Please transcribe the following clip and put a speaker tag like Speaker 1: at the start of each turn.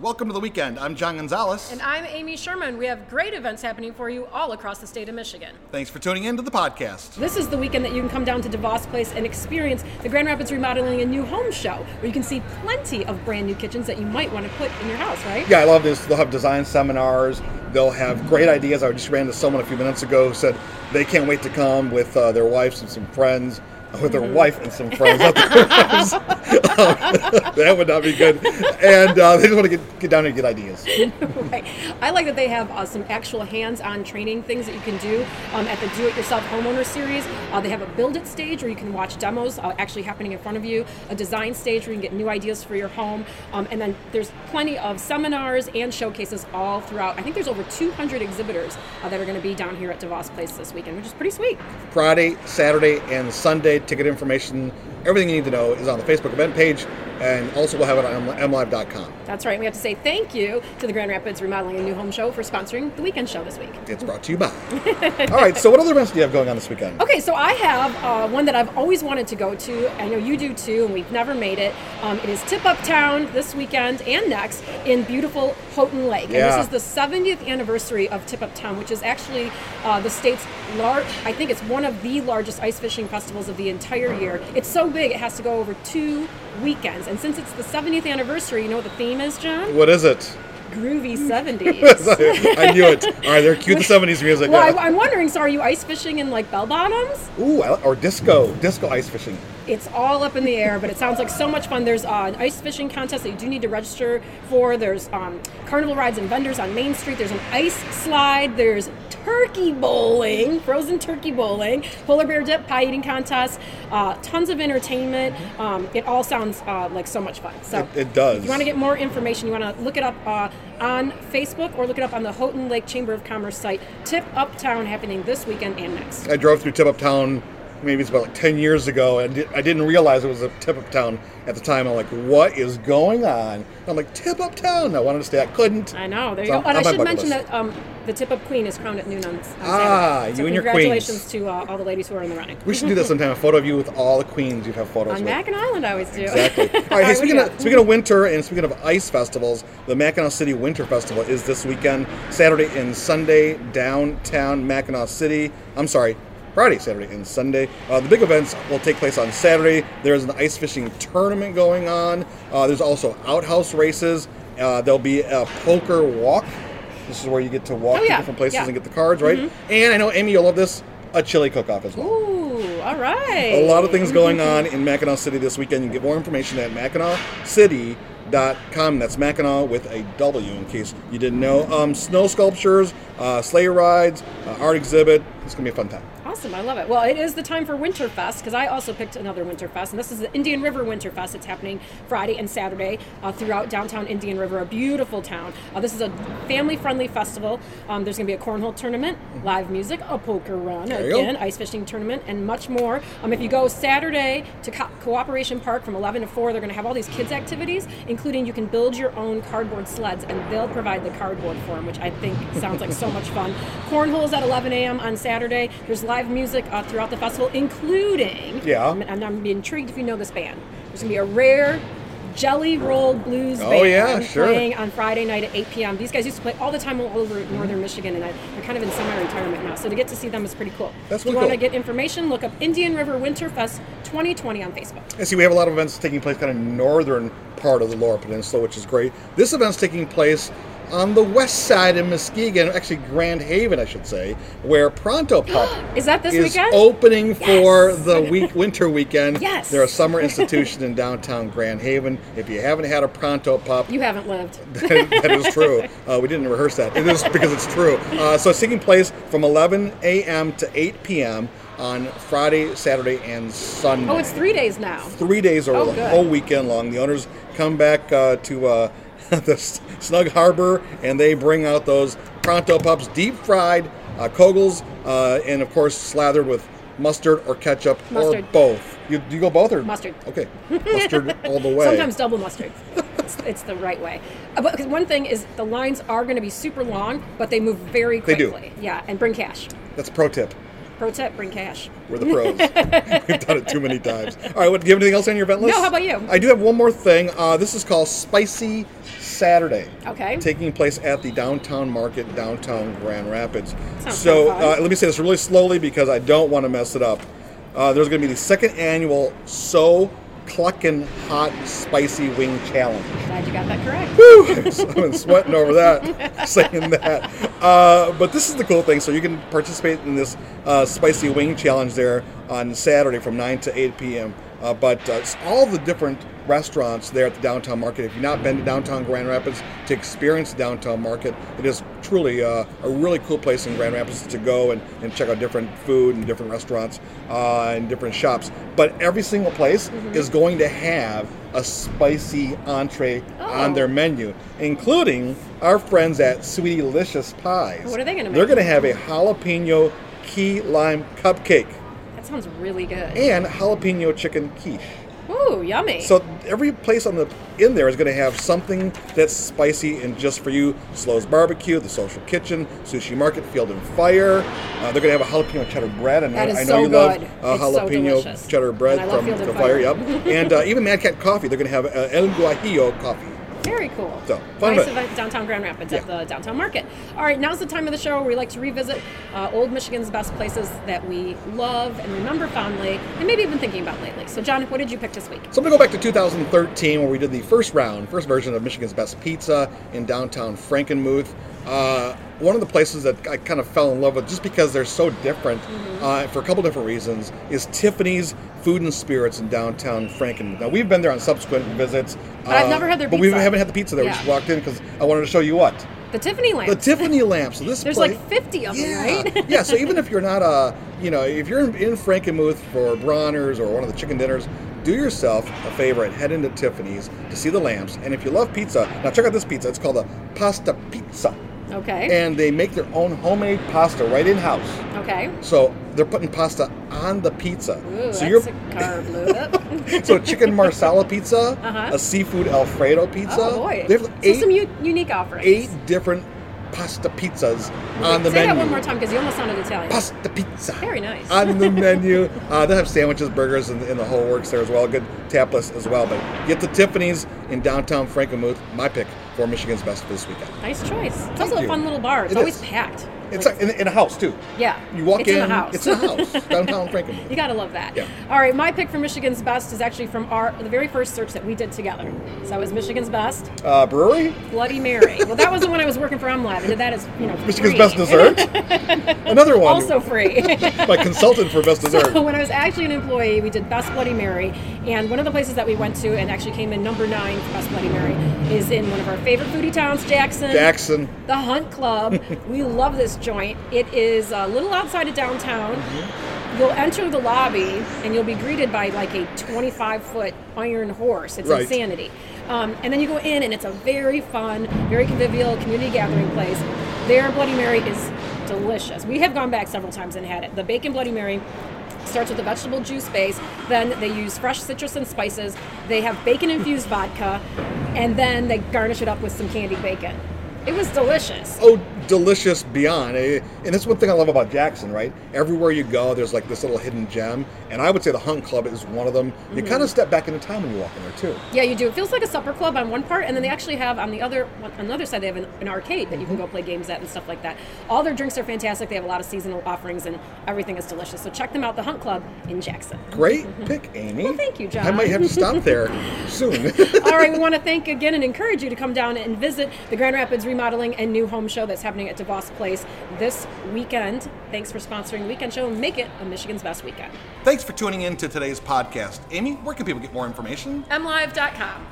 Speaker 1: Welcome to the weekend. I'm John Gonzalez.
Speaker 2: And I'm Amy Sherman. We have great events happening for you all across the state of Michigan.
Speaker 1: Thanks for tuning in to the podcast.
Speaker 2: This is the weekend that you can come down to DeVos Place and experience the Grand Rapids Remodeling and New Home Show, where you can see plenty of brand new kitchens that you might want to put in your house, right?
Speaker 1: Yeah, I love this. They'll have design seminars. They'll have great ideas. I just ran into someone a few minutes ago who said they can't wait to come with uh, their wives and some friends with her wife and some friends. Not their wives. Um, that would not be good. And uh, they just want to get, get down here and get ideas.
Speaker 2: right. I like that they have uh, some actual hands-on training things that you can do um, at the Do-It-Yourself Homeowner Series. Uh, they have a Build It stage where you can watch demos uh, actually happening in front of you, a design stage where you can get new ideas for your home, um, and then there's plenty of seminars and showcases all throughout. I think there's over 200 exhibitors uh, that are going to be down here at DeVos Place this weekend, which is pretty sweet.
Speaker 1: Friday, Saturday, and Sunday. Ticket information, everything you need to know is on the Facebook event page, and also we'll have it on mlive.com.
Speaker 2: That's right. We have to say thank you to the Grand Rapids Remodeling and New Home Show for sponsoring the weekend show this week.
Speaker 1: It's brought to you by. All right, so what other events do you have going on this weekend?
Speaker 2: Okay, so I have uh, one that I've always wanted to go to. I know you do too, and we've never made it. Um, it is Tip Up Town this weekend and next in beautiful Houghton Lake.
Speaker 1: Yeah.
Speaker 2: And this is the 70th anniversary of Tip Up Town, which is actually uh, the state's large, I think it's one of the largest ice fishing festivals of the entire year. It's so big, it has to go over two weekends. And since it's the 70th anniversary, you know what the theme is, John?
Speaker 1: What is it?
Speaker 2: Groovy 70s.
Speaker 1: I knew it. All right, they're cute. The seventies music. Uh,
Speaker 2: Well, I, I'm wondering, so are you ice fishing in like bell bottoms?
Speaker 1: Ooh, I- or disco, disco ice fishing.
Speaker 2: It's all up in the air, but it sounds like so much fun. There's uh, an ice fishing contest that you do need to register for. There's um, carnival rides and vendors on Main Street. There's an ice slide. There's turkey bowling, frozen turkey bowling, polar bear dip, pie eating contest, uh, tons of entertainment. Um, it all sounds uh, like so much fun. So
Speaker 1: It- it does.
Speaker 2: If you want to get more information, you want to look it up uh, on Facebook or look it up on the Houghton Lake Chamber of Commerce site. Tip Uptown happening this weekend and next.
Speaker 1: I drove through Tip Up Town, maybe it's about like ten years ago, and di- I didn't realize it was a Tip Up Town at the time. I'm like, what is going on? I'm like, Tip Up Town. I wanted to stay, I couldn't.
Speaker 2: I know. There you
Speaker 1: So
Speaker 2: go.
Speaker 1: I'm-
Speaker 2: And I
Speaker 1: I'm on
Speaker 2: should
Speaker 1: bucket
Speaker 2: mention
Speaker 1: list.
Speaker 2: that um, the tip of queen is crowned at noon on, on Saturday.
Speaker 1: Ah,
Speaker 2: So
Speaker 1: you and your
Speaker 2: congratulations to uh, all the ladies who are in the running.
Speaker 1: We should do that sometime. A photo of you with all the queens you have photos with.
Speaker 2: on Mackinac Island, I always do.
Speaker 1: Exactly. All
Speaker 2: All
Speaker 1: right. Hey,
Speaker 2: right,
Speaker 1: speaking
Speaker 2: what do
Speaker 1: of,
Speaker 2: you
Speaker 1: speaking of winter and speaking of ice festivals, the Mackinac City Winter Festival is this weekend, Saturday and Sunday, downtown Mackinac City. I'm sorry, Friday, Saturday, and Sunday. Uh, the big events will take place on Saturday. There's an ice fishing tournament going on. Uh, there's also outhouse races. Uh, there'll be a poker walk. This is where you get to walk
Speaker 2: Oh,
Speaker 1: to
Speaker 2: yeah,
Speaker 1: different places
Speaker 2: yeah. Mm-hmm.
Speaker 1: and get the cards, right? And I know, Amy, you'll love this a chili cook off as well.
Speaker 2: Ooh, all right.
Speaker 1: A lot of things going on in Mackinac City this weekend. You can get more information at MackinacCity.com. That's Mackinac with a W in case you didn't know. Um, snow sculptures, uh, sleigh rides, uh, art exhibit. It's going to be a fun time.
Speaker 2: Awesome, I love it. Well, it is the time for Winterfest because I also picked another Winterfest, and this is the Indian River Winterfest. It's happening Friday and Saturday uh, throughout downtown Indian River, a beautiful town. Uh, this is a family-friendly festival. Um, there's going to be a cornhole tournament, live music, a poker run,
Speaker 1: Mm-hmm. There you go.
Speaker 2: again, ice fishing tournament, and much more. Um, if you go Saturday to Co- Cooperation Park from 11 to 4, they're going to have all these kids activities, including you can build your own cardboard sleds, and they'll provide the cardboard for 'em, which I think sounds like so much fun. Cornholes at 11 a.m. on Saturday. There's live music uh, throughout the festival, including.
Speaker 1: Yeah.
Speaker 2: And I'm, I'm intrigued if you know this band. There's going to be a rare. Jelly Roll Blues
Speaker 1: Oh,
Speaker 2: Band
Speaker 1: yeah, sure.
Speaker 2: playing on Friday night at 8 p.m. These guys used to play all the time all over
Speaker 1: Mm-hmm.
Speaker 2: northern Michigan, and I- they're kind of in semi-retirement now. So to get to see them is pretty cool.
Speaker 1: That's
Speaker 2: if you
Speaker 1: really
Speaker 2: want to
Speaker 1: cool.
Speaker 2: get information, look up Indian River Winterfest 2020 on Facebook.
Speaker 1: And see, we have a lot of events taking place kind of northern part of the Lower Peninsula, which is great. This event's taking place on the west side in Muskegon, actually Grand Haven, I should say, where Pronto Pup
Speaker 2: Is that this
Speaker 1: is
Speaker 2: weekend?
Speaker 1: opening for
Speaker 2: Yes.
Speaker 1: the week winter weekend.
Speaker 2: Yes.
Speaker 1: they're a summer institution in downtown Grand Haven. If you haven't had a Pronto Pup,
Speaker 2: You haven't lived.
Speaker 1: that is true. Uh, we didn't rehearse that. It is because it's true. Uh, so it's taking place from 11 a.m. to 8 p.m. on Friday, Saturday, and Sunday
Speaker 2: Oh, it's three days now.
Speaker 1: three days over
Speaker 2: Oh,
Speaker 1: the
Speaker 2: good.
Speaker 1: whole weekend long. The owners come back uh, to uh, the S- Snug Harbor and they bring out those pronto pups, deep fried uh, kogels, uh, and of course slathered with mustard or ketchup or
Speaker 2: Mustard.
Speaker 1: both. You, do you go both or
Speaker 2: Mustard.
Speaker 1: Okay, mustard all the way.
Speaker 2: Sometimes double mustard. It's, it's the right way. Uh, But 'cause one thing is the lines are going to be super long, but they move very
Speaker 1: They do.
Speaker 2: quickly. Yeah, and bring cash.
Speaker 1: That's a pro tip.
Speaker 2: Pro tip: bring cash.
Speaker 1: We're the pros. We've done it too many times. All right, what, do you have anything else on your event list?
Speaker 2: No, how about you?
Speaker 1: I do have one more thing. Uh, this is called Spicy Saturday.
Speaker 2: Okay.
Speaker 1: Taking place at the downtown market, downtown Grand Rapids.
Speaker 2: Sounds
Speaker 1: so
Speaker 2: kinda fun.
Speaker 1: uh, let me say this really slowly because I don't want to mess it up. Uh, there's going to be the second annual So Cluckin' Hot Spicy Wing Challenge.
Speaker 2: Glad you got that correct.
Speaker 1: I've been sweating over that, saying that. Uh, but this is the cool thing. So you can participate in this uh, spicy wing challenge there on Saturday from 9 to 8 p.m. Uh, but uh, it's all the different restaurants there at the downtown market. If you've not been to downtown Grand Rapids to experience the downtown market, it is truly uh, a really cool place in Grand Rapids to go and, and check out different food and different restaurants uh, and different shops. But every single place is going to have a spicy entree on
Speaker 2: Oh.
Speaker 1: their menu, including our friends at Sweetie Licious Pies.
Speaker 2: What are they gonna
Speaker 1: They're
Speaker 2: make?
Speaker 1: going to have a jalapeno key lime cupcake
Speaker 2: That sounds really good.
Speaker 1: and jalapeno chicken quiche.
Speaker 2: Ooh, yummy.
Speaker 1: Eh. So every place on the in there is going to have something that's spicy and just for you. Slow's Barbecue, The Social Kitchen, Sushi Market, Field and Fire. Uh, they're going to have a jalapeno cheddar bread, and
Speaker 2: That
Speaker 1: I,
Speaker 2: is
Speaker 1: I know
Speaker 2: so
Speaker 1: you
Speaker 2: good.
Speaker 1: love
Speaker 2: It's
Speaker 1: uh,
Speaker 2: so
Speaker 1: jalapeno
Speaker 2: delicious.
Speaker 1: cheddar bread
Speaker 2: And I love
Speaker 1: from
Speaker 2: Field and
Speaker 1: the Fire.
Speaker 2: Fire.
Speaker 1: Yep, and uh, even Mad Cat Coffee. They're going to have uh, El Guajillo coffee.
Speaker 2: Very cool.
Speaker 1: So, fun
Speaker 2: nice
Speaker 1: event.
Speaker 2: event downtown Grand Rapids at
Speaker 1: Yeah.
Speaker 2: the downtown market. All right, now's the time of the show where we like to revisit uh, old Michigan's best places that we love and remember fondly, and maybe even thinking about lately. So, John, what did you pick this week?
Speaker 1: So I'm gonna go back to 2013 where we did the first round, first version of Michigan's Best Pizza in downtown Frankenmuth. Uh, one of the places that I kind of fell in love with, just because they're so different,
Speaker 2: Mm-hmm.
Speaker 1: uh, for a couple different reasons, is Tiffany's Food and Spirits in downtown Frankenmuth. Now we've been there on subsequent visits, uh,
Speaker 2: But I've never had their
Speaker 1: But we
Speaker 2: pizza.
Speaker 1: haven't had the pizza there. We
Speaker 2: Yeah.
Speaker 1: just walked in because I wanted to show you what
Speaker 2: The Tiffany lamp.
Speaker 1: the Tiffany lamps. So this
Speaker 2: There's
Speaker 1: place-
Speaker 2: like 50 of them,
Speaker 1: yeah.
Speaker 2: right?
Speaker 1: yeah, so even if you're not a, you know, if you're in, in Frankenmuth for Bronner's or one of the chicken dinners, do yourself a favor and head into Tiffany's to see the lamps. And if you love pizza, now check out this pizza. It's called a pasta pizza,
Speaker 2: okay.
Speaker 1: and they make their own homemade pasta right in house.
Speaker 2: okay.
Speaker 1: So they're putting pasta on the pizza.
Speaker 2: Ooh,
Speaker 1: so
Speaker 2: that's
Speaker 1: you're
Speaker 2: a carb load up.
Speaker 1: so chicken marsala pizza,
Speaker 2: Uh-huh.
Speaker 1: a seafood alfredo pizza.
Speaker 2: oh boy.
Speaker 1: They have
Speaker 2: so some u- unique offerings.
Speaker 1: eight different pasta pizzas on the
Speaker 2: Say
Speaker 1: menu.
Speaker 2: that one more time because you almost sounded Italian.
Speaker 1: Pasta pizza.
Speaker 2: Very nice.
Speaker 1: On the menu, uh, they'll have sandwiches, burgers, and, and the whole works there as well. Good tapas as well. But get the Tiffany's in downtown Frankenmuth. My pick for Michigan's best for this weekend.
Speaker 2: nice choice. It's also
Speaker 1: you.
Speaker 2: a fun little bar. It's
Speaker 1: It
Speaker 2: always
Speaker 1: is.
Speaker 2: packed.
Speaker 1: It's
Speaker 2: Like,
Speaker 1: in, in a house too.
Speaker 2: yeah.
Speaker 1: You walk
Speaker 2: it's in, the house.
Speaker 1: It's in a house. downtown Frankenmuth.
Speaker 2: You gotta love that.
Speaker 1: Yeah.
Speaker 2: All right, my pick for Michigan's best is actually from our the very first search that we did together. So it was Michigan's best
Speaker 1: uh, brewery.
Speaker 2: Bloody Mary. well, that was the one I was working for MLab. I did that as you know.
Speaker 1: Michigan's
Speaker 2: free.
Speaker 1: best dessert. Another one.
Speaker 2: also free.
Speaker 1: my consultant for best dessert.
Speaker 2: So when I was actually an employee, we did Best Bloody Mary, and one of the places that we went to and actually came in number nine for Best Bloody Mary is in one of our favorite foodie towns, Jackson.
Speaker 1: Jackson.
Speaker 2: The Hunt Club. we love this joint. It is a little outside of downtown. You'll enter the lobby and you'll be greeted by like a 25 foot iron horse. It's
Speaker 1: Right.
Speaker 2: insanity. Um, and then you go in and it's a very fun, very convivial community gathering place. Their Bloody Mary is delicious. We have gone back several times and had it. The Bacon Bloody Mary starts with a vegetable juice base. Then they use fresh citrus and spices. They have bacon infused vodka, and then they garnish it up with some candied bacon. It was delicious.
Speaker 1: oh delicious beyond Eh, and that's one thing i love about jackson right everywhere you go there's like this little hidden gem and i would say the hunt club is one of them you kind
Speaker 2: Mm-hmm.
Speaker 1: of step back into time when you walk in there too
Speaker 2: Yeah, you do. It feels like a supper club on one part, and then they actually have on the other one, on the other side they have an, an arcade that you can go play games at and stuff like that. All their drinks are fantastic. They have a lot of seasonal offerings, and everything is delicious. So check them out, the Hunt Club in Jackson.
Speaker 1: great pick amy well,
Speaker 2: Mm-hmm. thank you,
Speaker 1: i
Speaker 2: John.
Speaker 1: might have to stop there soon
Speaker 2: All right, we want to thank again and encourage you to come down and visit the Grand Rapids Remodeling and New Home Show that's happening at DeVos Place this weekend. Thanks for sponsoring Weekend Show and make it a Michigan's Best Weekend.
Speaker 1: thanks for tuning in to today's podcast amy where can people get more information
Speaker 2: MLive.com.